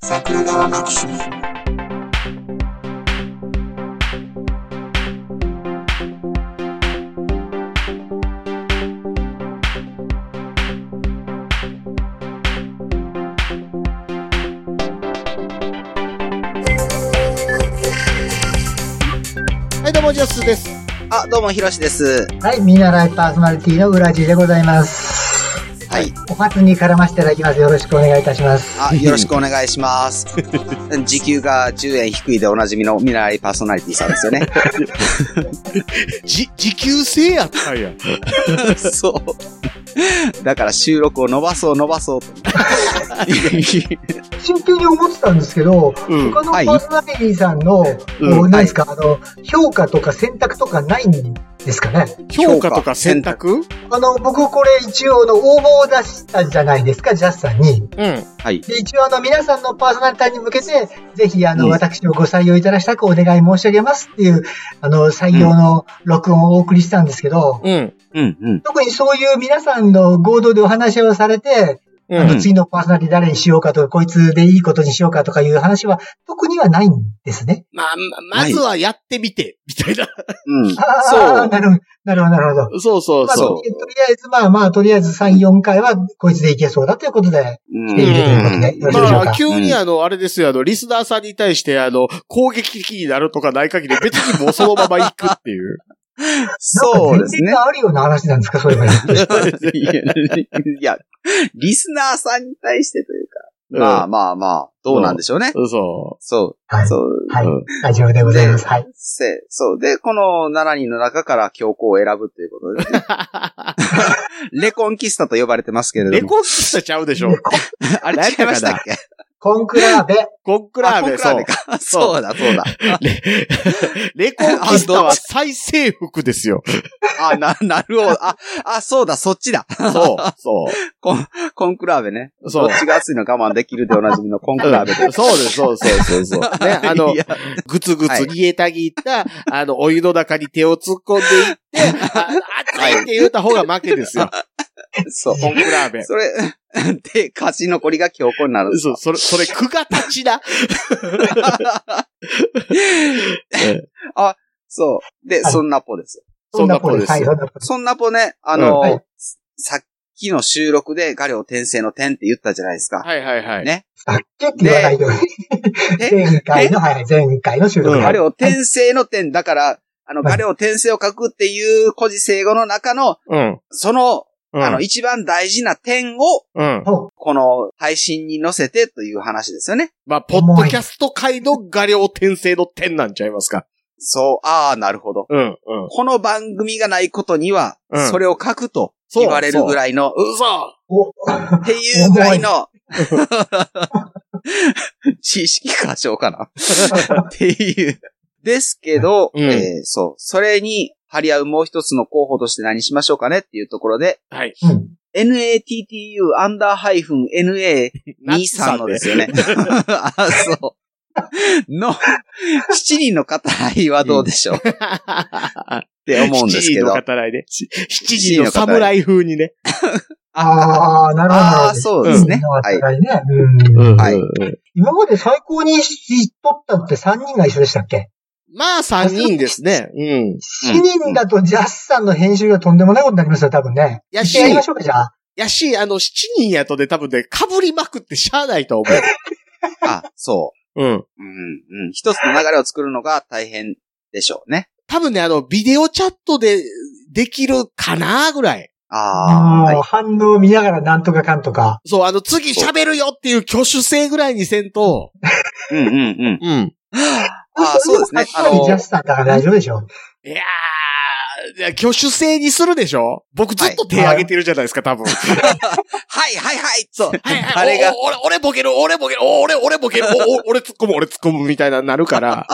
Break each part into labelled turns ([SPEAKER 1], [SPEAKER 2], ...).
[SPEAKER 1] 桜川学習
[SPEAKER 2] はい、どうも、ジャスです。
[SPEAKER 3] あ、どうも、ひろしです。
[SPEAKER 4] はい、見習いパーソナリティの浦地でございます。
[SPEAKER 3] はい。
[SPEAKER 4] お初に絡ませていただきます。よろしくお願いいたします。
[SPEAKER 3] あ、よろしくお願いし ます。時給が10円低いでおなじみの見習いパーソナリティさんですよ ね。
[SPEAKER 2] じ、時給制やった んや。
[SPEAKER 3] そう。だから収録を伸ばそう伸ばそうと。
[SPEAKER 4] 真剣に思ってたんですけど、
[SPEAKER 2] うん。
[SPEAKER 4] 他のパ
[SPEAKER 3] はい
[SPEAKER 4] ーソナリティさんの、
[SPEAKER 2] うん
[SPEAKER 4] もう何ですか、あの、評価とか選択とかないんですかね。
[SPEAKER 2] 評価とか選択
[SPEAKER 4] あの、僕これ一応の応募を出したじゃないですか、ジャスさんに。
[SPEAKER 2] うん。
[SPEAKER 3] はい。
[SPEAKER 4] で一応あの、皆さんのパーソナリティに向けて、ぜひあの、
[SPEAKER 3] うん
[SPEAKER 4] 私をご採用いただきたくお願い申し上げますっていう、あの、採用の録音をお送りしたんですけど、
[SPEAKER 2] うん。
[SPEAKER 3] うん、うん。
[SPEAKER 4] 特にそういう皆さんの合同でお話をされて、
[SPEAKER 2] う
[SPEAKER 4] あの
[SPEAKER 2] ん。
[SPEAKER 4] 次のパーソナリティ誰にしようかとか、こいつでいいことにしようかとかいう話は特にはないんですね。
[SPEAKER 2] まあ、ままずはやってみて、みたいな。
[SPEAKER 3] うん。
[SPEAKER 4] あ
[SPEAKER 3] そ
[SPEAKER 4] あ、
[SPEAKER 3] う。
[SPEAKER 4] なるほど、なるほど、なるほど。
[SPEAKER 2] そうそう
[SPEAKER 4] まあ、
[SPEAKER 2] そ
[SPEAKER 4] とりあえず、まあまあ、とりあえず3、4回はこいつでいけそうだということで、
[SPEAKER 3] うん
[SPEAKER 4] 来ているということで、よろ
[SPEAKER 2] う。
[SPEAKER 4] しいでしょ
[SPEAKER 2] ま
[SPEAKER 4] う
[SPEAKER 2] あ、
[SPEAKER 4] か。
[SPEAKER 2] 急にあの、あれですよ、あの、リスナーさんに対して、あの、攻撃的になるとかない限り、別にもうそのまま行くっていう。
[SPEAKER 3] そうですね
[SPEAKER 4] なん。か前提があるような話なんですか、そういえば。
[SPEAKER 3] いや、リスナーさんに対してというか。まあまあまあ、どうなんでしょうね。
[SPEAKER 2] うん。そ。
[SPEAKER 3] そ
[SPEAKER 4] は
[SPEAKER 3] う。
[SPEAKER 4] い。
[SPEAKER 3] そう。
[SPEAKER 4] はいう
[SPEAKER 2] ん
[SPEAKER 4] 大丈夫でございます。はい。
[SPEAKER 3] せ、そう。で、この7人の中から教皇を選ぶということで すね。レコンキスタと呼ばれてますけれ
[SPEAKER 2] レ
[SPEAKER 3] ども。
[SPEAKER 2] コンキスタちゃうでしょ。
[SPEAKER 3] あれ違いましたっけ
[SPEAKER 4] コンクラーベ。
[SPEAKER 2] コンクラ
[SPEAKER 3] あコ
[SPEAKER 2] ー
[SPEAKER 3] ン
[SPEAKER 2] ベ、
[SPEAKER 3] クラ
[SPEAKER 2] そ
[SPEAKER 3] ー
[SPEAKER 2] う
[SPEAKER 3] ベ。か。そうだ、そうだ。
[SPEAKER 2] レ レコンキスタは再征服ですよ。
[SPEAKER 3] あ、な、なるほど。あ、あ、そうだ、そっちだ。
[SPEAKER 2] そう、そ
[SPEAKER 3] コンクラーベね。
[SPEAKER 2] う。
[SPEAKER 3] ど
[SPEAKER 2] そう
[SPEAKER 3] っ。ちが熱いの我慢できるでおなじみのコンクラーベ
[SPEAKER 2] うんそうです、そうそうそうそう。ね、あの
[SPEAKER 3] いや、
[SPEAKER 2] ぐつぐつ煮えたぎ った、あの、お湯の中に手を突っ込んでい って、あ熱いって言った方が負けですよ。
[SPEAKER 3] そう。
[SPEAKER 2] コンクラーメン。
[SPEAKER 3] それ、 で、勝ち残りが強行になる。
[SPEAKER 2] そう、それ、それ、苦が立ちだ。
[SPEAKER 3] そう。で、
[SPEAKER 4] はい
[SPEAKER 3] そんなポです。
[SPEAKER 2] そんな子
[SPEAKER 4] 子
[SPEAKER 2] です
[SPEAKER 4] はい、
[SPEAKER 2] よ。
[SPEAKER 4] そんな子です。
[SPEAKER 3] そんなポね、あの、
[SPEAKER 2] うん
[SPEAKER 4] はい
[SPEAKER 3] さっきの収録で画量転生の点って言ったじゃないですか。
[SPEAKER 2] はいはいはい。
[SPEAKER 3] ね
[SPEAKER 4] さっきって言わないように。
[SPEAKER 3] で
[SPEAKER 4] 前回の、はい、前回の収録。
[SPEAKER 2] うん
[SPEAKER 3] 画量転生の点だから、あの、
[SPEAKER 4] はい
[SPEAKER 3] 画量転生を書くっていう古事成語の中の、
[SPEAKER 2] うん。
[SPEAKER 3] その、
[SPEAKER 2] うん
[SPEAKER 3] あの、一番大事な点を、
[SPEAKER 2] うん。
[SPEAKER 3] この配信に載せてという話ですよね。
[SPEAKER 2] まあ、ポッドキャスト界の画量転生の点なんちゃいますか。
[SPEAKER 3] そう、ああ、なるほど。
[SPEAKER 2] うん、うん。
[SPEAKER 3] この番組がないことには
[SPEAKER 2] うん、
[SPEAKER 3] それを書くと
[SPEAKER 2] そう
[SPEAKER 3] 言われるぐらいの、
[SPEAKER 2] 嘘
[SPEAKER 4] お
[SPEAKER 3] っていうぐらいの、 知識過小かなっていう。ですけど、
[SPEAKER 2] うん
[SPEAKER 3] えーそう。それに張り合うもう一つの候補として何しましょうかねっていうところで、
[SPEAKER 2] はい。
[SPEAKER 4] うん。
[SPEAKER 3] NATTU アンダーハイフン NA 23のですよね。。あ、そう。の、7人の方はどうでしょうっ
[SPEAKER 2] って
[SPEAKER 3] 思うんですけ
[SPEAKER 2] 七人
[SPEAKER 3] ど。
[SPEAKER 2] の語らいで。し七人の侍風にね。
[SPEAKER 4] ああ、なるほど。なるほ
[SPEAKER 3] あ
[SPEAKER 4] ど
[SPEAKER 3] あ、そうですね。
[SPEAKER 4] うん
[SPEAKER 3] はい。
[SPEAKER 4] はいねう
[SPEAKER 2] ん
[SPEAKER 4] ん
[SPEAKER 3] はい
[SPEAKER 4] 今まで最高にし取ったのって3人が一緒でしたっけ
[SPEAKER 2] まあ、三人ですね。うん。
[SPEAKER 4] ?7 人だとジャスさんの編集がとんでもないことになりますよ、多分ね。
[SPEAKER 2] や
[SPEAKER 4] 一
[SPEAKER 2] し
[SPEAKER 4] 緒にやりましょうか、じゃあ。
[SPEAKER 2] やし、あの、七人やとね、多分ね、被りまくってしゃあないと思う。
[SPEAKER 3] あ、そう。
[SPEAKER 2] うん。
[SPEAKER 3] うん、うん。一つの流れを作るのが大変でしょうね。
[SPEAKER 2] 多分ね、あの、ビデオチャットで、できるかなぐらい。
[SPEAKER 3] ああ、
[SPEAKER 4] もう
[SPEAKER 3] はい
[SPEAKER 4] 反応を見ながらなんとかかんとか。
[SPEAKER 2] そう、あの、次喋るよっていう挙手制ぐらいにせんと。
[SPEAKER 3] うんうんうん。
[SPEAKER 2] うん。
[SPEAKER 3] あーそうですね
[SPEAKER 4] あの、ジャスさんだから大丈夫でしょ。
[SPEAKER 2] いやー、いや挙手制にするでしょ僕ずっと手挙げてるじゃないですか、多分。
[SPEAKER 3] はいはいはいそう。
[SPEAKER 2] はいは
[SPEAKER 3] あ
[SPEAKER 2] い、
[SPEAKER 3] れが
[SPEAKER 2] おお俺、俺ボケる、俺ボケる、お俺、俺ボケる、おお俺突っ込む、俺突っ込むみたいな、なるから。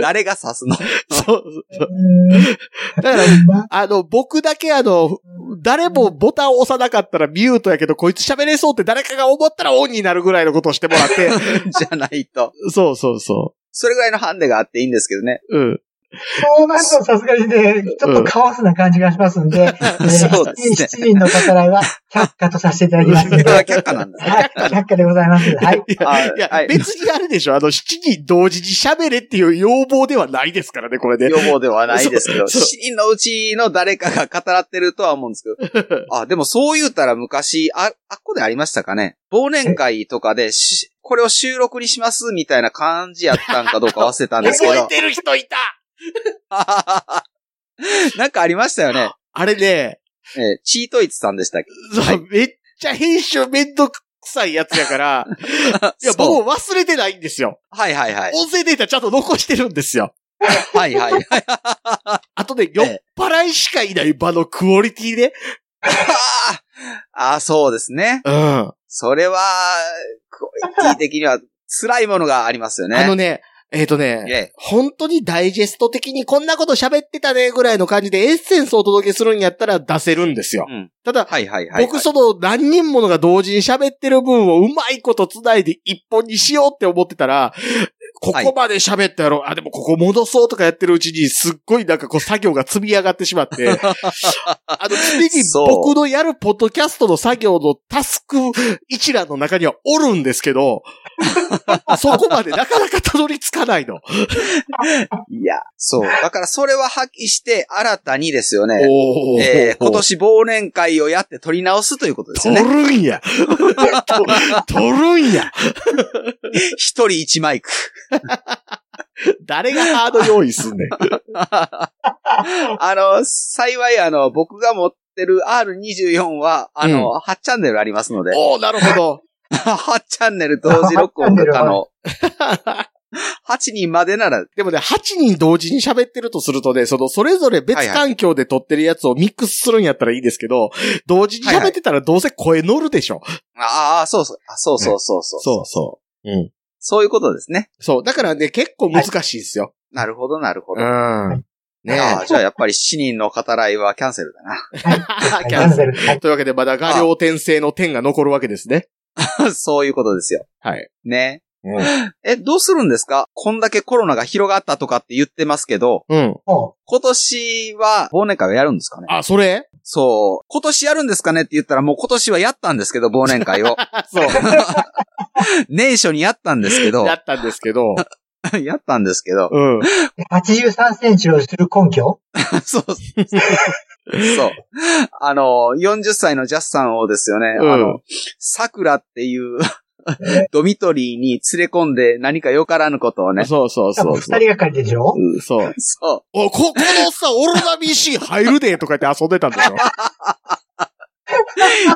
[SPEAKER 3] 誰が指すの
[SPEAKER 2] そう。
[SPEAKER 4] うー
[SPEAKER 2] だから、
[SPEAKER 4] んまあ
[SPEAKER 2] あの、僕だけあの、誰もボタンを押さなかったらミュートやけど、こいつ喋れそうって誰かが思ったらオンになるぐらいのことをして もらって。
[SPEAKER 3] じゃないと。
[SPEAKER 2] そうそうそ
[SPEAKER 3] それぐらいのハンデがあっていいんですけどね。
[SPEAKER 2] う。うん。
[SPEAKER 4] そうなるとさすがにね、ちょっとカオスな感じがしますんで、えー
[SPEAKER 3] そうですね
[SPEAKER 4] 7人の方らは却下とさせていただきますの
[SPEAKER 3] こ
[SPEAKER 4] で、
[SPEAKER 3] れ
[SPEAKER 4] は、
[SPEAKER 3] はい却下なんだ。
[SPEAKER 4] 却下でございます。はい。
[SPEAKER 2] いや、
[SPEAKER 3] はい
[SPEAKER 2] いや
[SPEAKER 3] はい
[SPEAKER 2] 別にあれでしょあの、七人同時に喋れっていう要望ではないですからね、これで。
[SPEAKER 3] 予防ではないですけど、7
[SPEAKER 2] そう
[SPEAKER 3] 人のうちの誰かが語らってるとは思うんですけ ど。あ、でもそう言うたら昔、あ、あっこでありましたかね忘年会とかでし、これを収録にしますみたいな感じやったんかどうか忘れたんですけ
[SPEAKER 2] 覚 え
[SPEAKER 3] ど。
[SPEAKER 2] てる人いた
[SPEAKER 3] なんかありました よね。
[SPEAKER 2] あれね、
[SPEAKER 3] えーチートイツさんでしたっけ
[SPEAKER 2] そうめっちゃ編集めんどくさいやつや から、いや、僕
[SPEAKER 3] そう
[SPEAKER 2] も忘れてないんですよ。
[SPEAKER 3] はいは いはい。
[SPEAKER 2] 音声データちゃんと残してるんですよ。
[SPEAKER 3] はいは いはい。
[SPEAKER 2] あとね、酔っ払いしかいない場のクオリティね。
[SPEAKER 3] あー、そうですね。
[SPEAKER 2] うん。あ
[SPEAKER 3] それは、クオリティ的には辛いものがありますよね。
[SPEAKER 2] のね、えっ、とね、
[SPEAKER 3] ええ
[SPEAKER 2] 本当にダイジェスト的にこんなこと喋ってたねぐらいの感じでエッセンスをお届けするんやったら出せるんですよ。
[SPEAKER 3] うん
[SPEAKER 2] ただ、
[SPEAKER 3] はいはいはいはい。
[SPEAKER 2] 僕その何人ものが同時に喋ってる分をうまいこと繋いで一本にしようって思ってたら、ここまで喋ったやろ、あ、でもここ戻そうとかやってるうちにすっごいなんかこう作業が積み上がってしま って、あの常に僕のやるポッドキャストの作業のタスク一覧の中にはおるんですけ ど、そこまでなかなかたどり着かないの。
[SPEAKER 3] いや、そう。だからそれは破棄して、新たにですよね。
[SPEAKER 2] おー
[SPEAKER 3] えー今年忘年会をやって取り直すということですよ
[SPEAKER 2] 取
[SPEAKER 3] ね。
[SPEAKER 2] るんや。 取るんや。
[SPEAKER 3] 一人一マイク。
[SPEAKER 2] 誰がハード用意す んねん。
[SPEAKER 3] あの、幸い、あの、僕が持ってる R24 は、あの、8チャンネルありますので、
[SPEAKER 2] おおなるほど。
[SPEAKER 3] 8チャンネル同時録音が可能。8人までなら、
[SPEAKER 2] でもね、8人同時に喋ってるとするとね、その、それぞれ別環境で撮ってるやつをミックスするんやったらいいですけど、同時に喋ってたらどうせ声乗るでしょ。
[SPEAKER 3] ああ、そうそう、あそうそうそうそう。
[SPEAKER 2] そうそう。うん。
[SPEAKER 3] そういうことですね。
[SPEAKER 2] そう。だからね、結構難しいですよ。
[SPEAKER 3] なるほど、なるほど。
[SPEAKER 2] うん。ね
[SPEAKER 3] ああ、じゃあやっぱり7人の語らいはキャンセルだな。
[SPEAKER 2] え。キ
[SPEAKER 4] キャ
[SPEAKER 2] ャン
[SPEAKER 4] ン
[SPEAKER 2] セル
[SPEAKER 4] セル。はい。
[SPEAKER 2] というわけで、まだ画量転生の点が残るわけですね。
[SPEAKER 3] そういうことですよ。
[SPEAKER 2] はい。
[SPEAKER 3] ね。
[SPEAKER 2] う
[SPEAKER 3] え、どうするんですかこんだけコロナが広がったとかって言ってますけど、
[SPEAKER 2] ん。
[SPEAKER 4] も
[SPEAKER 3] 今年は忘年会をやるんですかね
[SPEAKER 2] あ、それ
[SPEAKER 3] そう。今年やるんですかねって言ったらもう今年はやったんですけど、忘年 会を。
[SPEAKER 2] あ、そう。
[SPEAKER 3] 年初にやったんですけど
[SPEAKER 2] だ、ったんですけ ど。
[SPEAKER 3] やったんですけど、
[SPEAKER 2] うん。
[SPEAKER 4] う、83センチをする根拠
[SPEAKER 3] そう。そう。あの、40歳のジャスさんをですよね、
[SPEAKER 2] うん
[SPEAKER 3] あの、桜って いう、ドミトリーに連れ込んで何かよからぬこと をね。
[SPEAKER 2] そうそう
[SPEAKER 4] 多
[SPEAKER 2] そ
[SPEAKER 4] 分
[SPEAKER 2] う
[SPEAKER 4] 二
[SPEAKER 2] そう。
[SPEAKER 4] 人がかりでしょ
[SPEAKER 2] うんそう。
[SPEAKER 3] そう。
[SPEAKER 2] お、こ、このおっさん、オロナ BC 入るでとか言って遊んでたんだ よ。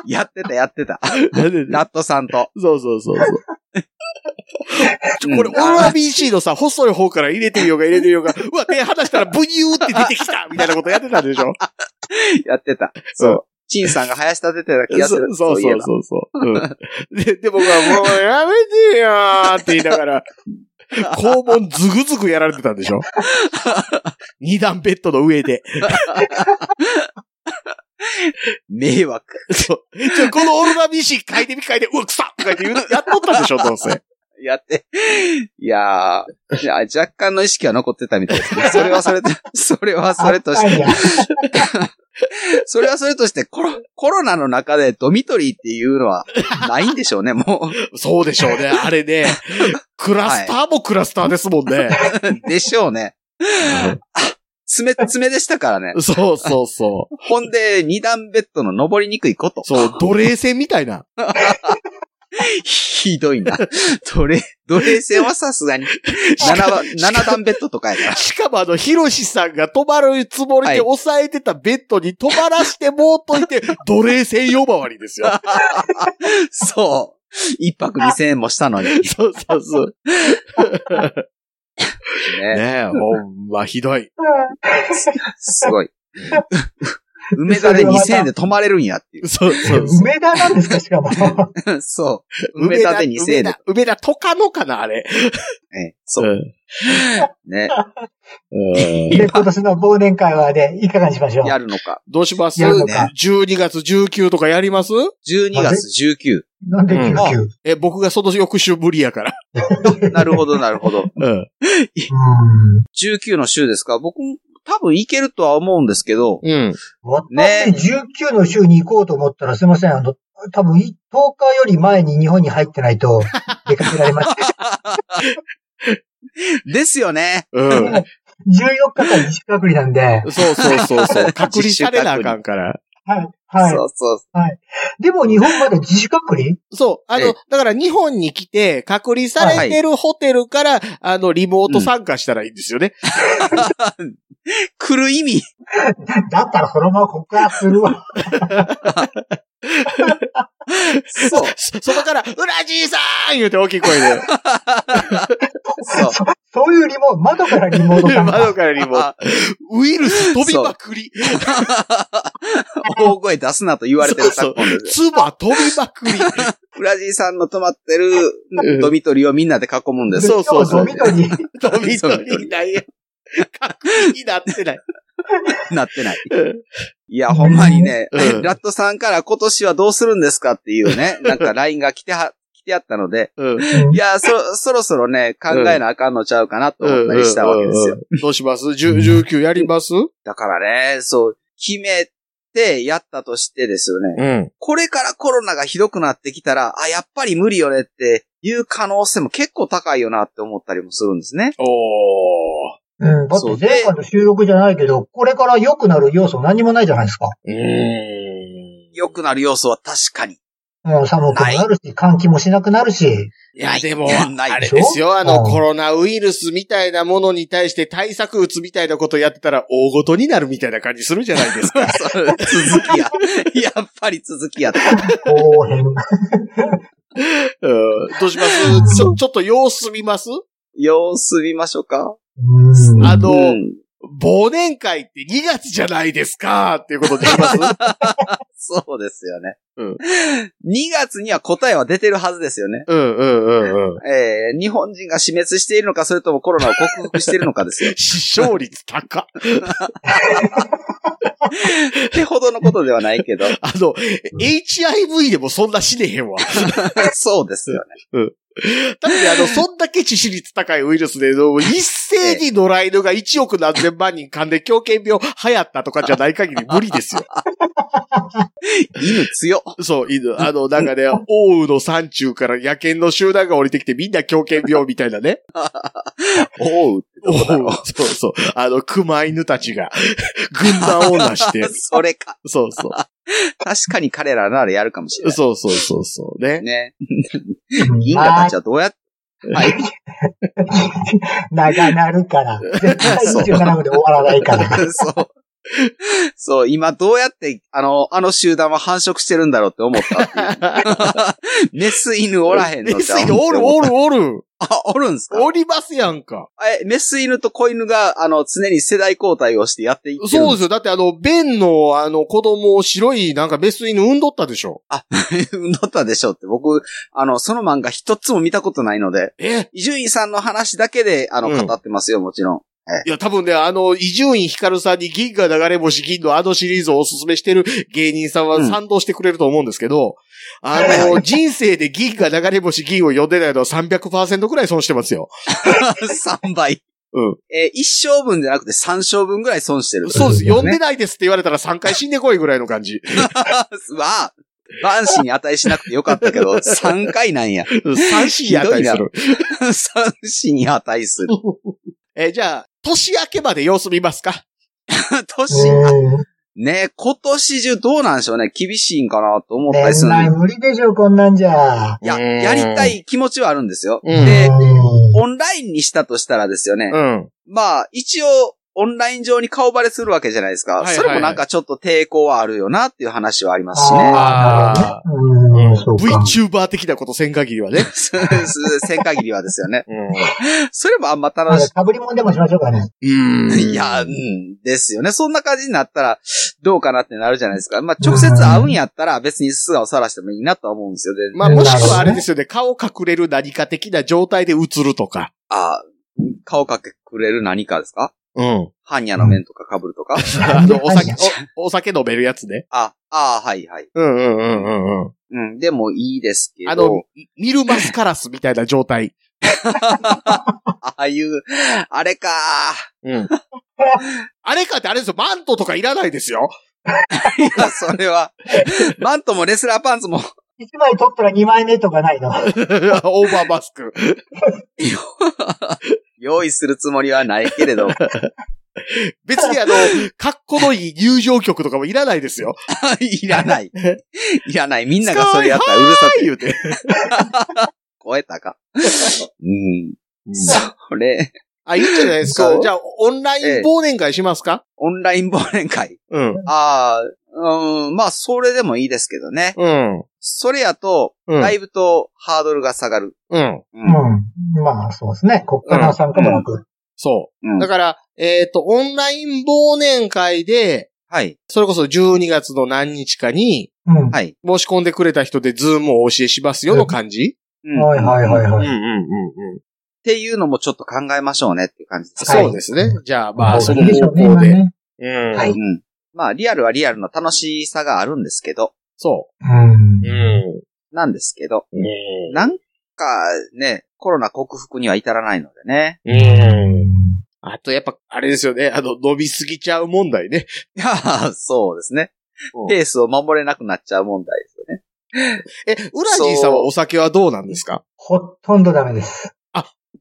[SPEAKER 3] やってた、やってた。
[SPEAKER 2] なんで
[SPEAKER 3] ラットさんと。
[SPEAKER 2] そうそうそうそう。
[SPEAKER 3] うん
[SPEAKER 2] これ、オロナ BC のさ、細い方から入れてみようか入れてみようか、うわ、手離したらブニューって出てきたみたいなことやってたでしょ
[SPEAKER 3] やってた。そう。チンさんが林立ててた気がす
[SPEAKER 2] そ
[SPEAKER 3] る。
[SPEAKER 2] うそう
[SPEAKER 3] いえ
[SPEAKER 2] そう
[SPEAKER 3] ば
[SPEAKER 2] そうそう。うん、で、で僕はもうやめてよーって言いながら、肛門ズグズグやられてたんでしょ二段ベッドの上で。
[SPEAKER 3] 迷惑。
[SPEAKER 2] そう。ちょ、このオロナ BC 書いてみ書いて、うわ、くさとか言って言うのやっとったでしょどうせ。
[SPEAKER 3] やって。いやーいや、若干の意識は残ってたみたいで すね。それはそれと、それはそれとし
[SPEAKER 4] あったん
[SPEAKER 3] て
[SPEAKER 4] や、
[SPEAKER 3] それはそれとして、コロ、コロナの中でドミトリーっていうのはないんでしょうね、も
[SPEAKER 2] そうでしょうね。あれね。クラスターもクラスターですもんね。
[SPEAKER 3] う。でしょうね。爪、爪でしたからね。
[SPEAKER 2] そうそうそう。
[SPEAKER 3] ほんで、二段ベッドの登りにくいこと。
[SPEAKER 2] そう、奴隷戦みたいな。
[SPEAKER 3] ひどいな。奴隷、奴隷戦はさすがに。七番、七段ベッドとかやから。
[SPEAKER 2] しかもあの、ヒロシさんが泊まるつもり
[SPEAKER 3] は
[SPEAKER 2] で
[SPEAKER 3] い
[SPEAKER 2] 抑えてたベッドに泊まらしてもうとい て、奴隷戦呼ばわりですよ。
[SPEAKER 3] そう。一泊二千円もしたのに。ね
[SPEAKER 2] そうそう そう。ねえ、ほんまひどい。
[SPEAKER 4] うん
[SPEAKER 3] すごい。梅田で2000円で泊まれるんやってい
[SPEAKER 2] そうそうそう。
[SPEAKER 4] 梅田なんですか、しかも。
[SPEAKER 3] う。 そう。梅田で2000円で
[SPEAKER 2] 梅田。、梅田とかのかな、あれ。
[SPEAKER 3] ええそう。
[SPEAKER 2] ん。
[SPEAKER 3] ね。
[SPEAKER 2] うん
[SPEAKER 4] で、今年の忘年会はね、いかがにしましょう。
[SPEAKER 3] やるのか。
[SPEAKER 2] どうします
[SPEAKER 4] やるの
[SPEAKER 3] か
[SPEAKER 2] ?12 月19とかやります
[SPEAKER 3] 12月19。
[SPEAKER 4] なんで
[SPEAKER 2] うん
[SPEAKER 4] 19。う
[SPEAKER 2] え、僕がその翌週無理やから。
[SPEAKER 3] なるほど、なるほど。
[SPEAKER 2] うん。
[SPEAKER 4] ん。
[SPEAKER 3] 19の週ですか僕も多分いけるとは思うんです けど、
[SPEAKER 2] うん。
[SPEAKER 3] ね
[SPEAKER 4] 私、19の週に行こうと思ったら、すいません、あの、多分、10日より前に日本に入ってないと、出かけられません。
[SPEAKER 3] ですよね。
[SPEAKER 2] うん。
[SPEAKER 4] 14日間自主隔離なんで、
[SPEAKER 2] そうそう そうそう。隔離
[SPEAKER 3] 自主
[SPEAKER 2] さ
[SPEAKER 3] 隔離
[SPEAKER 2] れなあかんから。
[SPEAKER 4] はい、はい
[SPEAKER 3] そ。うそう。
[SPEAKER 4] でも日本まだ自主隔離
[SPEAKER 2] そう。あ
[SPEAKER 3] え
[SPEAKER 2] の
[SPEAKER 3] え、
[SPEAKER 2] だから日本に来て、隔離されてるホテルから、あの、リモート参加したらいいんですよね。
[SPEAKER 3] 来る意味。
[SPEAKER 4] だったらそのまま告白するわ。
[SPEAKER 3] そう。
[SPEAKER 2] そ外から、うらじいさん言うて大きい声 で。
[SPEAKER 3] そう。
[SPEAKER 4] そういうリモート、窓からリモート参加。
[SPEAKER 2] 窓からリモート。ウイルス飛びまくり。
[SPEAKER 3] 大声出すなと言われてる昨今ですよ。
[SPEAKER 2] 唾飛びまく り。
[SPEAKER 3] フラジーさんの泊まってるドミトリーをみんなで囲むんですよ。
[SPEAKER 2] そうそうそう
[SPEAKER 4] ドミトリー
[SPEAKER 2] 飛び飛びないよ。隔離になってない。
[SPEAKER 3] なってない。
[SPEAKER 2] うん
[SPEAKER 3] いや、ほんまにね、
[SPEAKER 2] うん
[SPEAKER 3] ラットさんから今年はどうするんですかっていう ね、なんか LINE が来ては、来てあったので、
[SPEAKER 2] うん。
[SPEAKER 4] うん
[SPEAKER 3] いや、そ、そろそろね、考えなあかんのちゃうかなと思ったりしたわけですよ。
[SPEAKER 2] うん。どうしますじゅ ?19 やりますう
[SPEAKER 3] だからね、そう、決めてやったとしてですよね。
[SPEAKER 2] ん。
[SPEAKER 3] これからコロナがひどくなってきたら、あ、やっぱり無理よねっていう可能性も結構高いよなって思ったりもするんですね。
[SPEAKER 2] おー。
[SPEAKER 4] うん、だって
[SPEAKER 3] そう
[SPEAKER 4] 前回の収録じゃないけど、これから良くなる要素何もないじゃないですか。
[SPEAKER 2] うーん。
[SPEAKER 3] 良くなる要素は確かに。
[SPEAKER 4] うん、寒くもなるし、換気もしなくなるし。
[SPEAKER 2] いや、でも、
[SPEAKER 3] ない
[SPEAKER 2] あれですよ、あ
[SPEAKER 4] う
[SPEAKER 2] の、
[SPEAKER 4] ん
[SPEAKER 2] コロナウイルスみたいなものに対して対策打つみたいなことやってたら、大ごとになるみたいな感じするじゃないですか。
[SPEAKER 3] そう続きや。やっぱり続きやった。
[SPEAKER 4] 後編。
[SPEAKER 2] うんどうし ますちょ、ちょっと様子見ます
[SPEAKER 3] 様子見ましょうか。
[SPEAKER 4] うん
[SPEAKER 2] あの
[SPEAKER 3] うん
[SPEAKER 2] 忘年会って2月じゃないですかっていうことできます
[SPEAKER 3] そうですよね。
[SPEAKER 2] うん
[SPEAKER 3] 2月には答えは出てるはずですよね。
[SPEAKER 2] うんうんうんうん。。
[SPEAKER 3] えー、日本人が死滅しているのか、それともコロナを克服しているのかですよ
[SPEAKER 2] 死傷率高。
[SPEAKER 3] ってほどのことではないけど。
[SPEAKER 2] あの、HIV でもそんな死ねへんわ。
[SPEAKER 3] そうですよね。
[SPEAKER 2] だってあの、そんだけ致死率高いウイルスで、一斉に野良犬が1億何千万人噛んで狂犬病流行ったとかじゃない限り無理ですよ。
[SPEAKER 3] 犬強。
[SPEAKER 2] そう、犬。あの、なんかね、奥羽の山中から野犬の集団が降りてきてみんな狂犬病みたいなね。
[SPEAKER 3] おう。
[SPEAKER 2] 奥羽そうそう。あの、熊犬たちが、軍団をなして。
[SPEAKER 3] それか。
[SPEAKER 2] そうそう。
[SPEAKER 3] 確かに彼らならやるかもしれな
[SPEAKER 2] そうそうそうそう。
[SPEAKER 3] い。
[SPEAKER 2] ね。
[SPEAKER 3] ね。銀河たちはどうやって、はい。
[SPEAKER 4] 長なるから。絶対27分で終わらない から。
[SPEAKER 3] そう。そう、今どうやって、あの、あの集団は繁殖してるんだろうって思ったって いう。 メス犬おらへんの
[SPEAKER 2] メス犬おる
[SPEAKER 3] る。
[SPEAKER 2] おるおる。
[SPEAKER 3] あ、おるんすか
[SPEAKER 2] おりますやんか。
[SPEAKER 3] え、メス犬と子犬が、あの、常に世代交代をしてやっていってるん
[SPEAKER 2] そうですすよ。だってあの、ベンのあの、子供を白いなんかメス犬産んどったでしょ。
[SPEAKER 3] です。そう だったでしょうって。僕、あの、その漫画一つも見たことないので、
[SPEAKER 2] え
[SPEAKER 3] 伊集院さんの話だけで、あの、
[SPEAKER 2] うん
[SPEAKER 3] 語ってますよ、もちろん。
[SPEAKER 2] いや、多分ね、あの、伊集院光さんに銀河流れ星銀のあのシリーズをおすすめしてる芸人さんは
[SPEAKER 3] うん
[SPEAKER 2] 賛同してくれると思うんですけど、あ
[SPEAKER 4] はいはい
[SPEAKER 2] の、人生で銀河流れ星銀を読んでないのは300%くらい損してますよ。
[SPEAKER 3] 3倍。
[SPEAKER 2] うん。
[SPEAKER 3] えー一生分じゃなくて三生分ぐらい損してる。
[SPEAKER 2] そうです。読んで
[SPEAKER 3] ね。
[SPEAKER 2] ないですって言われたら3回死んでこいぐらいの感じ。
[SPEAKER 3] わあ、万死に値しなくてよかったけ ど、3回なんや。
[SPEAKER 2] 3死やったりする。
[SPEAKER 3] 三死に値する。
[SPEAKER 2] え、じゃあ、年明けまで様子見ますか
[SPEAKER 3] 年、
[SPEAKER 4] うん
[SPEAKER 3] ねえ今年中どうなんでしょうね。厳しいんかなと思ったりす
[SPEAKER 4] 年
[SPEAKER 3] るの
[SPEAKER 4] 内
[SPEAKER 3] に。
[SPEAKER 4] 無理でしょ、こんなんじゃ。
[SPEAKER 3] いや、
[SPEAKER 2] うん
[SPEAKER 3] やりたい気持ちはあるんですよ。
[SPEAKER 2] うん
[SPEAKER 3] で、
[SPEAKER 4] うん
[SPEAKER 3] オンラインにしたとしたらですよね。
[SPEAKER 2] ん。
[SPEAKER 3] まあ、一応、オンライン上に顔バレするわけじゃないですか。
[SPEAKER 2] はいはいはい
[SPEAKER 3] それもなんかちょっと抵抗はあるよなっていう話はありますしね。
[SPEAKER 4] ああ、なるほどね。うん、そうか。
[SPEAKER 2] VTuber 的なことせん限りはね。
[SPEAKER 3] せん限りはですよね。
[SPEAKER 2] う
[SPEAKER 3] それもあんま
[SPEAKER 4] あ
[SPEAKER 3] 楽し
[SPEAKER 4] れ被りもんでもしましょうかね。
[SPEAKER 2] ん。
[SPEAKER 3] いや、うん、ですよね。そんな感じになったら、どうかなってなるじゃないですか。まあ、直接会うんやったら、別に素顔さらしてもいいなとは思うんですよ。で
[SPEAKER 2] まあ、もしくはあれですよね、顔隠れる何か的な状態で映るとか。
[SPEAKER 3] あ顔かけくれる何かですか
[SPEAKER 2] うん。
[SPEAKER 3] ハンニャの面とか被るとか
[SPEAKER 2] あの、お
[SPEAKER 4] 何
[SPEAKER 2] 酒、おお酒飲めるやつね。
[SPEAKER 3] あ、ああ、はいはい。
[SPEAKER 2] うんうんうんうんうん。
[SPEAKER 3] うん、でもいいですけど。
[SPEAKER 2] あの、ミルマスカラスみたいな状態。
[SPEAKER 3] ああいう、あれか。
[SPEAKER 2] うん。 あれかってあれですよ、マントとかいらないですよ。
[SPEAKER 3] いや、それは。マントもレスラーパンツも、
[SPEAKER 4] 一枚取ったら二枚目とかないの。
[SPEAKER 2] オーバーマスク。
[SPEAKER 3] 用意するつもりはないけれど。
[SPEAKER 2] 別にあの、格好のいい入場曲とかもいらないですよ。
[SPEAKER 3] いらない。いらない。みんながそれやったらうるさ
[SPEAKER 2] はい
[SPEAKER 3] い。
[SPEAKER 2] 言うて。
[SPEAKER 3] 超えたか。うん。それ、
[SPEAKER 2] あ、いいんじゃないです
[SPEAKER 3] そ
[SPEAKER 2] か。
[SPEAKER 3] う
[SPEAKER 2] じゃあ、オンライン忘年会しますか、
[SPEAKER 3] オンライン忘年会。
[SPEAKER 2] うん。
[SPEAKER 3] ああ、うん、まあ、それでもいいですけどね。
[SPEAKER 2] うん。
[SPEAKER 3] それやと、
[SPEAKER 2] うん
[SPEAKER 3] だいぶとハードルが下がる。
[SPEAKER 2] うん。
[SPEAKER 3] う
[SPEAKER 4] う。ん。まあ、そうですね。こっからの参加もなく。
[SPEAKER 2] そうう。
[SPEAKER 3] ん
[SPEAKER 2] だから、えっ、と、オンライン忘年会で、
[SPEAKER 3] はい。
[SPEAKER 2] それこそ12月の何日かに、
[SPEAKER 4] うん。
[SPEAKER 3] はい。
[SPEAKER 2] 申し込んでくれた人でズームをお教えしますよの感じ、
[SPEAKER 3] うん
[SPEAKER 4] はいはいはい
[SPEAKER 3] っ
[SPEAKER 2] うん、
[SPEAKER 4] は
[SPEAKER 2] うん
[SPEAKER 4] い。
[SPEAKER 2] うんうん。
[SPEAKER 3] ていうのもちょっと考えましょうねっていう感じです
[SPEAKER 2] そうですね。じゃあ、まあ、
[SPEAKER 4] そ
[SPEAKER 2] そうの
[SPEAKER 4] でしょ
[SPEAKER 2] 方
[SPEAKER 4] うね、
[SPEAKER 2] 向
[SPEAKER 4] 今
[SPEAKER 2] で。
[SPEAKER 4] ね。
[SPEAKER 2] うん
[SPEAKER 4] はい
[SPEAKER 3] うん。まあ、リアルはリアルの楽しさがあるんですけど、
[SPEAKER 2] そうう。
[SPEAKER 4] ん。
[SPEAKER 2] ん。
[SPEAKER 3] なんですけど、
[SPEAKER 2] うん
[SPEAKER 3] なんかね、コロナ克服には至らないのでね。
[SPEAKER 2] うん。あと、やっぱ、あれですよね。あの、伸びすぎちゃう問題ね。
[SPEAKER 3] いやーそうですね。ペースを守れなくなっちゃう問題ですよね。
[SPEAKER 2] え、ウラジーさんはお酒はどうなんですか
[SPEAKER 4] ほとんどダメです。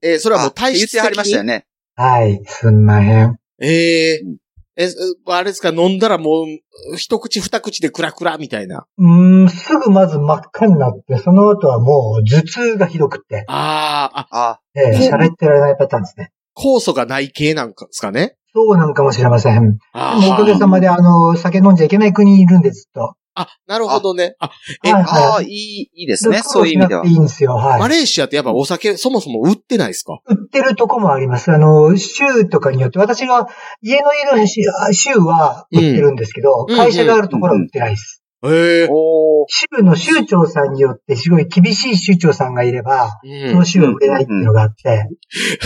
[SPEAKER 2] えーそれはもう
[SPEAKER 3] あっ
[SPEAKER 2] 体
[SPEAKER 3] て言っ
[SPEAKER 2] 質
[SPEAKER 3] て
[SPEAKER 2] 的
[SPEAKER 3] はりましたよ
[SPEAKER 2] に。
[SPEAKER 3] ね。
[SPEAKER 4] はい。すんまへん。
[SPEAKER 2] ええ
[SPEAKER 3] うん
[SPEAKER 2] え、うあれですか、飲んだらもう、一口二口でクラクラみたいな。
[SPEAKER 4] うーん、すぐまず真っ赤になって、その後はもう頭痛がひどくって、
[SPEAKER 2] ああ、あ、
[SPEAKER 3] あ、
[SPEAKER 4] ええ
[SPEAKER 2] うん
[SPEAKER 4] 喋ってられないパターンですね。
[SPEAKER 2] 酵素がない系なんかですかね。
[SPEAKER 4] そうなのかもしれません。で
[SPEAKER 2] あ
[SPEAKER 4] もおかげ
[SPEAKER 2] ー
[SPEAKER 4] さまで、あの、酒飲んじゃいけない国にいるんで、ずっと。
[SPEAKER 2] あ、なるほどね。あ、え
[SPEAKER 4] はい
[SPEAKER 3] あ
[SPEAKER 4] は
[SPEAKER 3] あ、
[SPEAKER 4] い。
[SPEAKER 3] いい、いいですね。
[SPEAKER 4] だから
[SPEAKER 3] そういう意味では
[SPEAKER 4] しなくて。いいんですよ、はい。
[SPEAKER 2] マレーシアってやっぱお酒そもそも売ってないですか
[SPEAKER 4] 売ってるとこもあります。あの、州とかによって、私が家のいるしあ州は売ってるんですけど、
[SPEAKER 2] うん
[SPEAKER 4] 会社があるところは売ってないです。
[SPEAKER 2] ええ
[SPEAKER 3] おー。
[SPEAKER 4] 州の州長さんによって、すごい厳しい州長さんがいれば、そ
[SPEAKER 2] うん
[SPEAKER 4] の州は売れないっていうのがあって、
[SPEAKER 3] はい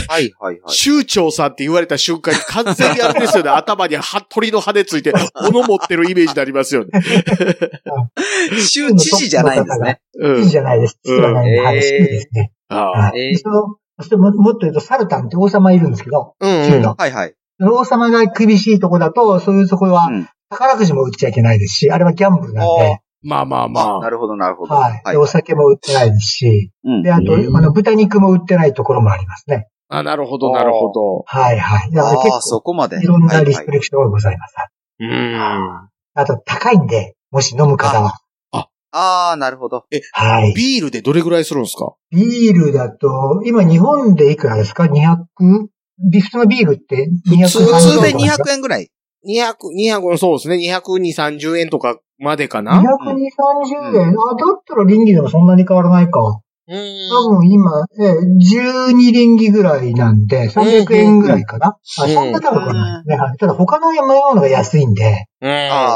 [SPEAKER 3] はいはい。
[SPEAKER 2] 州長さんって言われた瞬間に完全にあれです よね。頭には鳥の羽ついて、物持ってるイメージになりますよね。
[SPEAKER 3] 州知事じゃないんですね。
[SPEAKER 2] う
[SPEAKER 4] いい
[SPEAKER 2] ん
[SPEAKER 4] じ。ゃないです。知らない、
[SPEAKER 3] うん
[SPEAKER 4] はい、
[SPEAKER 3] えー
[SPEAKER 4] 州ですね。
[SPEAKER 2] ああ。
[SPEAKER 4] はい。
[SPEAKER 3] えー
[SPEAKER 4] でその、そしてももっと言うと、サルタンって王様いるんですけど、
[SPEAKER 2] うん
[SPEAKER 4] 州
[SPEAKER 2] うん。
[SPEAKER 4] の。
[SPEAKER 3] はいはい。
[SPEAKER 4] その王様が厳しいとこだと、そういうとこは
[SPEAKER 3] うん、
[SPEAKER 4] 宝くじも売っちゃいけないですし、あれはギャンブルなんで、
[SPEAKER 2] まあまあま
[SPEAKER 3] あ、
[SPEAKER 2] あ。
[SPEAKER 3] なるほどなるほど。
[SPEAKER 4] はい。でお酒も売ってないですし、
[SPEAKER 3] うん
[SPEAKER 4] で、あと、
[SPEAKER 2] うん
[SPEAKER 4] あの、豚肉も売ってないところもありますね。
[SPEAKER 2] あ、なるほど、なるほど。
[SPEAKER 4] はいはい。だから
[SPEAKER 3] ああ、
[SPEAKER 4] 結
[SPEAKER 3] そこまで。
[SPEAKER 4] 構、いろんなリス
[SPEAKER 3] はい
[SPEAKER 4] ト
[SPEAKER 3] はい
[SPEAKER 4] レクションがございます。
[SPEAKER 2] うん。
[SPEAKER 4] あと、高いんで、もし飲む方は。
[SPEAKER 3] ああ、なるほど。
[SPEAKER 4] はい。
[SPEAKER 2] ビールでどれぐらいするんですか
[SPEAKER 4] ビールだと、今日本でいくらですか ?200? ビ普通のビールって230
[SPEAKER 2] 普
[SPEAKER 3] 普通で
[SPEAKER 4] とかすか
[SPEAKER 3] 200円ぐらい。
[SPEAKER 2] ?200、200、そうですね。220、30円とかまでかな
[SPEAKER 4] 220、30円、あ、だったら倫理でもそんなに変わらないか。
[SPEAKER 2] う
[SPEAKER 4] 多
[SPEAKER 2] ん。
[SPEAKER 4] 分今、ええ12倫理ぐらいなんで、300円ぐらいかな。
[SPEAKER 2] うん
[SPEAKER 4] あ、そんな高くはないですね。はいただ他の山のが安いんで、
[SPEAKER 3] あ
[SPEAKER 2] あ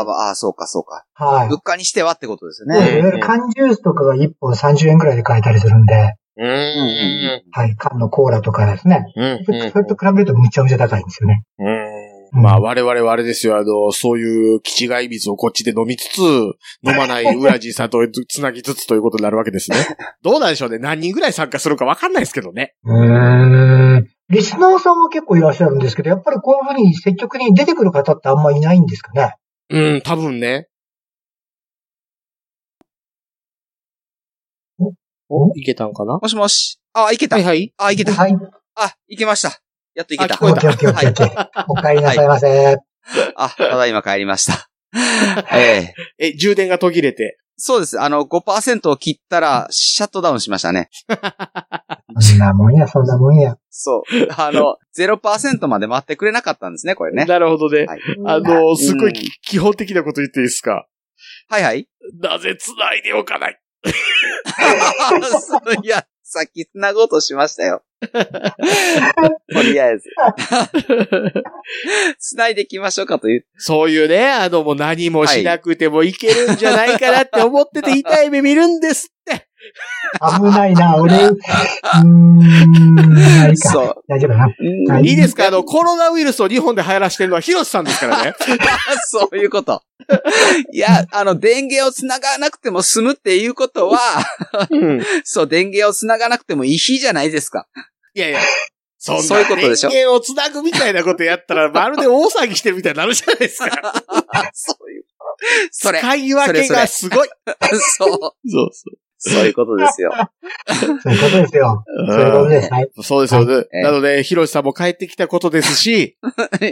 [SPEAKER 3] ーあー、そうかそうか。
[SPEAKER 4] はい。
[SPEAKER 3] 物価にしてはってことですよ
[SPEAKER 4] そうです
[SPEAKER 2] うん
[SPEAKER 3] ね。
[SPEAKER 4] ね。いわゆる缶ジュースとかが1本30円ぐらいで買えたりするんで、
[SPEAKER 2] うん。うん。
[SPEAKER 4] はい、缶のコーラとかですね。
[SPEAKER 2] うん
[SPEAKER 4] それと比べるとむちゃむちゃ高いんですよね。
[SPEAKER 2] うんまあ、我々はあれですよ。あの、そういう、気違い水をこっちで飲みつつ、飲まないウラジーさんとつなぎつつということになるわけ ですね。どうなんでしょうね。何人ぐらい参加するかわかんないですけどね。
[SPEAKER 4] うーん。リスナーさんは結構いらっしゃるんですけど、やっぱりこういうふうに積極的に出てくる方ってあんまいないんですかね。
[SPEAKER 2] うん、多分ね。
[SPEAKER 4] お
[SPEAKER 2] いけたんかな
[SPEAKER 3] もしもし。ああ、いけた
[SPEAKER 2] は。いはい。
[SPEAKER 3] ああ、いけた。
[SPEAKER 4] はい。
[SPEAKER 3] あ、いけました。やっといけた
[SPEAKER 2] あ聞。こえた
[SPEAKER 4] オッケーオッケーオッケーオッケーお帰りなさいませ。
[SPEAKER 3] あ、ただいま帰りました。 ええ。
[SPEAKER 2] え、充電が途切れて。
[SPEAKER 3] そうです。あの、5%を切ったら、シャットダウンしましたね。
[SPEAKER 4] んなもんや、そんなもんや。
[SPEAKER 3] そう。あの、0%まで待ってくれなかったんですね、これね。
[SPEAKER 2] なるほどね。
[SPEAKER 3] はい、
[SPEAKER 2] あの、すごい、
[SPEAKER 3] うん
[SPEAKER 2] 基本的なこと言っていいですか
[SPEAKER 3] はいはい。
[SPEAKER 2] なぜ繋いでおかない
[SPEAKER 3] そういや、さっき繋ごうとしました よ。とりあえず。 繋いでいきましょうかと言って。
[SPEAKER 2] そういうね、あの、もう何もしなくてもいけるんじゃないかなって思ってて痛い目見るんですって。
[SPEAKER 4] 危ないな、俺。うーん、あれか。
[SPEAKER 3] そう。
[SPEAKER 4] 大丈夫だな。
[SPEAKER 3] うん
[SPEAKER 2] いいですかあの、コロナウイルスを日本で流行らしてるのはヒロシさんですからね。
[SPEAKER 3] そういうこと。いや、あの、電源を繋がなくても済むっていうことは、
[SPEAKER 2] うん。い
[SPEAKER 3] そう、電源を繋がなくてもいい日じゃないですか。
[SPEAKER 2] やいや。そんな
[SPEAKER 3] そういうことでしょ
[SPEAKER 2] 人間を繋ぐみたいなことやったら、まるで大騒ぎしてるみたいになるじゃないですか。
[SPEAKER 3] そういう。 それ、
[SPEAKER 2] 使い分けがすごい。
[SPEAKER 3] そう。
[SPEAKER 2] そうそ
[SPEAKER 3] そういうことです よ。
[SPEAKER 4] そういうことですよ。
[SPEAKER 2] う
[SPEAKER 4] そういうことです。はい。
[SPEAKER 2] んそうですよね。
[SPEAKER 3] ええ
[SPEAKER 2] なので、ヒロシさんも帰ってきたことですし、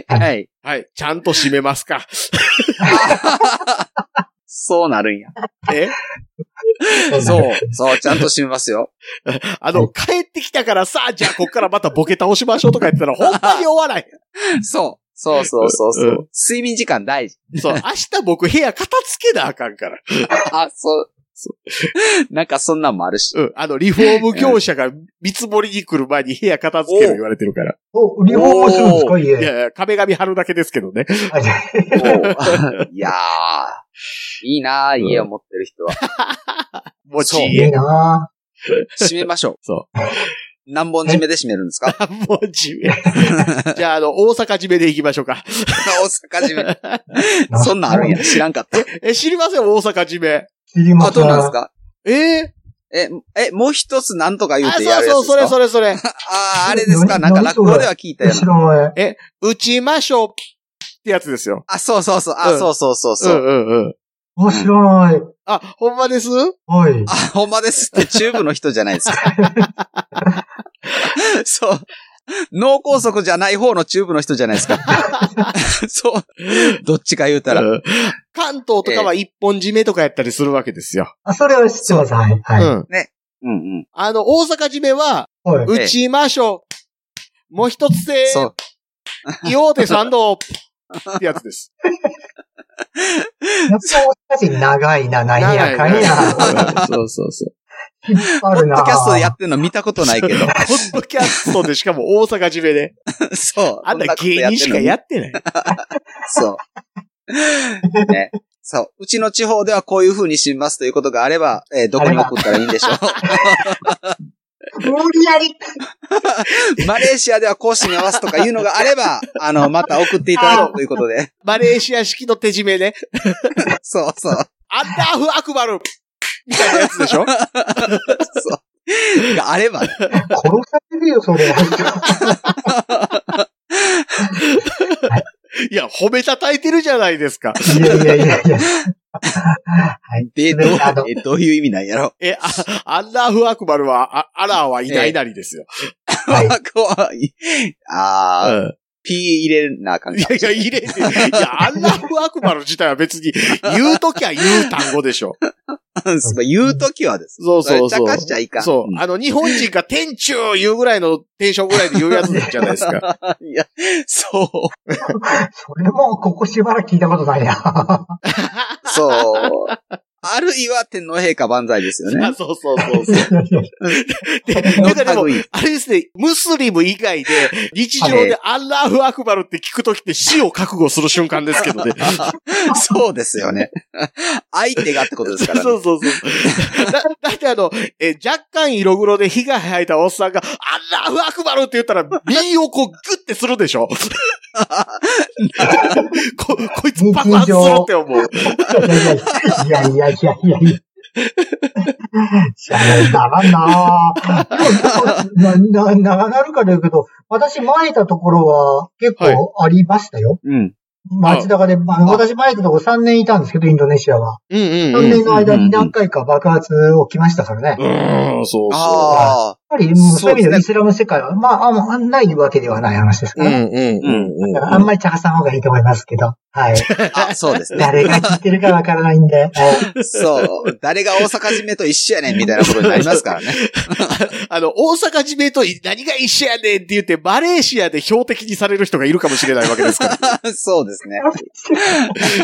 [SPEAKER 3] はい。
[SPEAKER 2] はい、ちゃんと締めますか。
[SPEAKER 3] そうなるんや。
[SPEAKER 2] え
[SPEAKER 3] そ
[SPEAKER 4] そうう。
[SPEAKER 3] そう、ちゃんと閉めます よ。
[SPEAKER 2] あの、帰ってきたからさ、じゃあこっからまたボケ倒しましょうとか言ってたら、本当に終わらない。
[SPEAKER 3] そう。そうそうそうそうう。睡眠時間大事。
[SPEAKER 2] そう、明日僕部屋片付けなあかんから。
[SPEAKER 3] あ、そう。 なんかそんなんもあるし。
[SPEAKER 2] うん、あの、リフォーム業者が見積もりに来る前に部屋片付ける言われてるから。
[SPEAKER 4] お、リフォームするんですか、
[SPEAKER 2] い
[SPEAKER 4] 家。
[SPEAKER 2] やいや、壁紙貼るだけですけどね。
[SPEAKER 4] あじゃあ
[SPEAKER 3] お ういやー。いいなー、家を持ってる人は。
[SPEAKER 2] もち
[SPEAKER 3] そう
[SPEAKER 4] い
[SPEAKER 2] 家
[SPEAKER 4] い。な
[SPEAKER 3] 閉めましょう。
[SPEAKER 2] そ
[SPEAKER 3] 何本締めで閉めるんです か
[SPEAKER 2] う。 もち家。じゃあ、あの、大阪締めで行きましょうか。
[SPEAKER 3] 大 阪締め。
[SPEAKER 4] ぁ。
[SPEAKER 3] そんなんあるんや。知らんかった。
[SPEAKER 2] え、知りません、大阪締め。
[SPEAKER 4] 知りま
[SPEAKER 3] あ、
[SPEAKER 4] せ
[SPEAKER 3] ど
[SPEAKER 4] ん。
[SPEAKER 3] うなんですか
[SPEAKER 2] えー
[SPEAKER 3] え、え、もう一つなんとか言う
[SPEAKER 2] あ、
[SPEAKER 3] て
[SPEAKER 2] そ
[SPEAKER 3] や
[SPEAKER 2] う
[SPEAKER 3] るやつ
[SPEAKER 2] そう、
[SPEAKER 3] です
[SPEAKER 2] そ
[SPEAKER 3] か
[SPEAKER 2] れそれそれ。
[SPEAKER 3] ああ、あれですかなんか落語では聞いたよう
[SPEAKER 4] 後
[SPEAKER 3] な。
[SPEAKER 4] ろ前。
[SPEAKER 2] 打ちましょうってやつですよ。
[SPEAKER 3] あ、そうそうそう。
[SPEAKER 2] う
[SPEAKER 3] あ、
[SPEAKER 2] ん
[SPEAKER 3] そうそうそう
[SPEAKER 2] う
[SPEAKER 3] そ
[SPEAKER 2] ん
[SPEAKER 3] う。
[SPEAKER 2] うんうん。
[SPEAKER 4] 面白い。
[SPEAKER 2] あ、ほんまです
[SPEAKER 4] はい。
[SPEAKER 3] あ、ほんまですって、チューブの人じゃないですか。 そう。脳梗塞じゃない方のチューブの人じゃない ですか。そう。どっちか言うたら。
[SPEAKER 2] うん関東とかは一本締めとかやったりするわけですよ。
[SPEAKER 4] あ、それは知ってます。はい。
[SPEAKER 2] う
[SPEAKER 4] はい。
[SPEAKER 2] ん。
[SPEAKER 3] うんうん。
[SPEAKER 2] あの、大阪締めは、
[SPEAKER 4] はい。
[SPEAKER 2] 打ちましょう。もう一つで、
[SPEAKER 3] そう。
[SPEAKER 2] 岩手三道ってやつ です。
[SPEAKER 4] やっぱ大阪人長いな、なんやかんや。
[SPEAKER 2] な。そうそうそう。
[SPEAKER 4] 引っ張
[SPEAKER 3] ポ
[SPEAKER 4] る
[SPEAKER 3] ッ
[SPEAKER 4] な
[SPEAKER 3] ドキャストでやってんの見たことないけ ど。
[SPEAKER 2] ポッドキャストでしかも大阪締めで。
[SPEAKER 3] そう。
[SPEAKER 2] あん
[SPEAKER 3] こ
[SPEAKER 2] た
[SPEAKER 3] ことや
[SPEAKER 2] 芸
[SPEAKER 3] ってん
[SPEAKER 2] 人
[SPEAKER 3] の
[SPEAKER 2] しかやってない。
[SPEAKER 3] そう。ね。そう。うちの地方ではこういう風にしますということがあれば、えーどこに送ったらいいんでしょ
[SPEAKER 4] 無理やり。
[SPEAKER 3] う。マレーシアではこうしに合わすとかいうのがあれば、あの、また送っていただくということで。
[SPEAKER 2] マレーシア式の手締めね。
[SPEAKER 3] そうそう。
[SPEAKER 2] アンダーフアクバルみたいなやつでし ょ
[SPEAKER 3] そう。があればね、
[SPEAKER 4] 殺されるよ、それ。
[SPEAKER 2] いや、褒めたたいてるじゃないですか。
[SPEAKER 4] いやいやいやいや。
[SPEAKER 3] で、どう
[SPEAKER 4] あの、
[SPEAKER 3] えどういう意味なんやろ。
[SPEAKER 2] え、あ、アンダーフアクバルは、あアラーはいないなりですよ。
[SPEAKER 4] はい
[SPEAKER 3] 怖い。あー、ピー入れなあかん
[SPEAKER 2] い
[SPEAKER 3] か
[SPEAKER 2] やいや、入れて。いや、アンラフアクバル自体は別に、言うときは言う単語でしょ。
[SPEAKER 3] そう言うときはです。
[SPEAKER 2] そうそうそう
[SPEAKER 3] れ茶化しちゃいかん。
[SPEAKER 2] そう。
[SPEAKER 3] ん
[SPEAKER 2] あの、日本人が天中言うぐらいのテンションぐらいで言うやつじゃないです か。
[SPEAKER 3] いや、そう。
[SPEAKER 4] それも、ここしばらく聞いたことないな。
[SPEAKER 3] そう。あるいは天皇陛下万歳ですよね
[SPEAKER 2] あ。そうそうそう そう。で、
[SPEAKER 3] の
[SPEAKER 2] なんかでも、
[SPEAKER 3] 類
[SPEAKER 2] あれですね、ムスリム以外で、日常でアンラーフアクバルって聞くときって死を覚悟する瞬間ですけど ね。
[SPEAKER 3] そうですよ ね。相手がってことですから
[SPEAKER 2] そ
[SPEAKER 3] ね。
[SPEAKER 2] うそうそう。だだってあの、え、若干色黒で被害吐いたおっさんが、あんな、悪魔るって言ったら、身をこう、グッてするで しょこ、こいつ爆発するって思う。
[SPEAKER 4] いやいやいやいやいやいや。しゃべったらんなぁ。な、な、長なるかだけど、私前いたところは結構ありましたよ。
[SPEAKER 3] うん。
[SPEAKER 4] 街中で、あの私前いたところ3年いたんですけど、インドネシアは。
[SPEAKER 2] うん
[SPEAKER 4] 3年の間に何回か爆発起きましたからね。
[SPEAKER 2] うん、そうそう。
[SPEAKER 3] ああ。
[SPEAKER 4] ぱり、うんそういう意味ではイスラム世界は、まあ、あの、ないわけではない話ですか
[SPEAKER 2] うん、
[SPEAKER 4] ら。
[SPEAKER 2] うん、うん。
[SPEAKER 4] だからあんまり茶化さん方がいいと思いますけど。 はい。
[SPEAKER 3] あ、そうです ね。
[SPEAKER 4] 誰が聞いてるかわからないんで。 はい
[SPEAKER 3] そう。誰が大阪締めと一緒やねんみたいなことになりますからね。
[SPEAKER 5] あの、大阪地名と何が一緒やねんって言って、マレーシアで標的にされる人がいるかもしれないわけです から。
[SPEAKER 3] そうですね。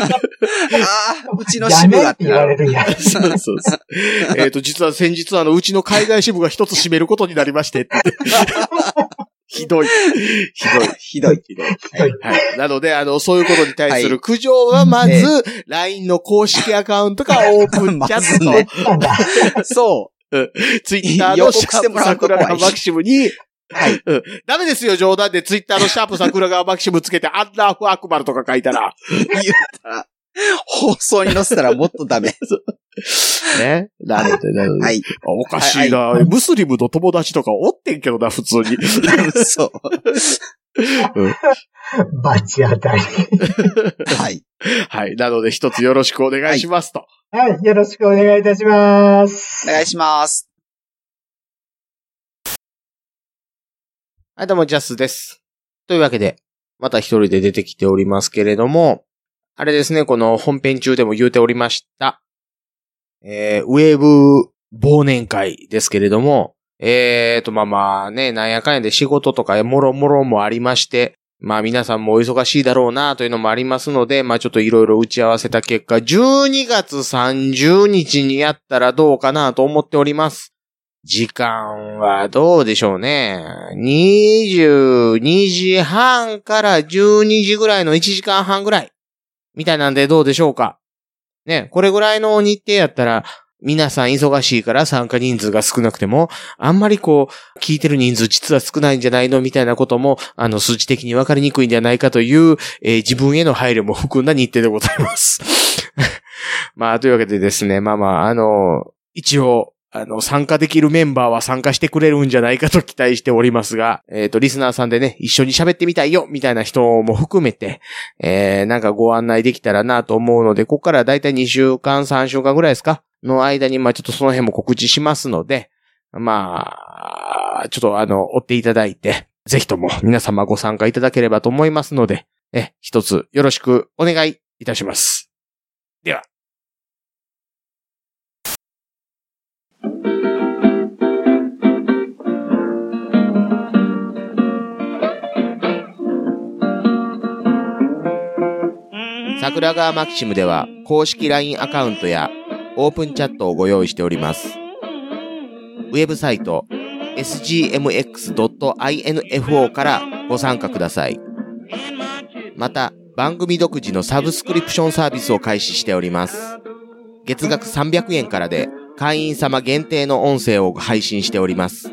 [SPEAKER 3] ああ、うちの支部
[SPEAKER 4] やめ
[SPEAKER 3] が
[SPEAKER 4] って言われるやん。
[SPEAKER 5] そうそうそう。 えっと、実は先日、あの、うちの海外支部が一つ閉めることになりまして って。ひどい。ひどい。
[SPEAKER 3] ひどい。ひどい。
[SPEAKER 5] はい。なので、あの、そういうことに対する苦情は、まず、LINE の公式アカウントかオープンチャット、
[SPEAKER 3] まずね
[SPEAKER 4] なんだ。
[SPEAKER 3] そ
[SPEAKER 5] ツイッターのシャープ桜川マキシムに、
[SPEAKER 3] う。はい。
[SPEAKER 5] うんダメですよ、冗談で。ツイッターのシャープ桜川マキシムつけて、アンダーフアクバルとか書いたら。
[SPEAKER 3] 言ったら、放送に載せたらもっとダメ。
[SPEAKER 5] ね。なので、なので。
[SPEAKER 3] はい。
[SPEAKER 5] あおかしいな、ムスリムの友達とかおってんけどな、普通に。
[SPEAKER 3] そう。
[SPEAKER 4] 罰当たり。
[SPEAKER 3] はい。
[SPEAKER 5] はい。なので、一つよろしくお願いしますと。
[SPEAKER 4] はい。よろしくお願いいたします。
[SPEAKER 3] お願いします。
[SPEAKER 2] はい、どうも、ジャスです。というわけで、また一人で出てきておりますけれども、あれですね、この本編中でも言うておりました、えー、ウェーブ忘年会ですけれども、えーと、まあまあね、なんやかんやで仕事とかもろもろもありまして、まあ皆さんもお忙しいだろうなというのもありますので、まあちょっといろいろ打ち合わせた結果、12月30日にやったらどうかなと思っております。時間はどうでしょうね。22時半から12時ぐらいの1時間半ぐらい。みたいなんでどうでしょうか。ね、これぐらいの日程やったら、皆さん忙しいから参加人数が少なくても、あんまりこう、聞いてる人数実は少ないんじゃないのみたいなことも、あの、数値的に分かりにくいんじゃないかという、えー自分への配慮も含んだ日程でございます。 まあ、というわけでですね、まあまあ、あの、一応、あの、参加できるメンバーは参加してくれるんじゃないかと期待しておりますが、えっ、と、リスナーさんでね、一緒に喋ってみたいよ、みたいな人も含めて、えー、なんかご案内できたらなと思うので、ここからだいたい2週間、3週間ぐらいですかの間に、まあちょっとその辺も告知しますので、まあ、ちょっとあの、追っていただいて、ぜひとも皆様ご参加いただければと思いますので、え、一つよろしくお願いいたします。では。桜川マキシムでは公式 LINE アカウントやオープンチャットをご用意しております。ウェブサイト sgmx.info からご参加ください。また、番組独自のサブスクリプションサービスを開始しております。月額300円からで会員様限定の音声を配信しております。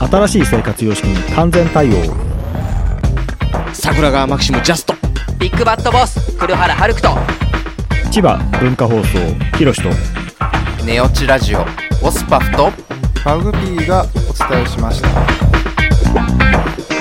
[SPEAKER 6] 新しい生活様式に完全対応
[SPEAKER 5] 桜川マキシムジャスト。
[SPEAKER 7] ビッグバットボス黒原遥人
[SPEAKER 6] 千葉文化放送ひろしと
[SPEAKER 8] ネオチラジオオスパフと
[SPEAKER 9] マグピーがお伝えしました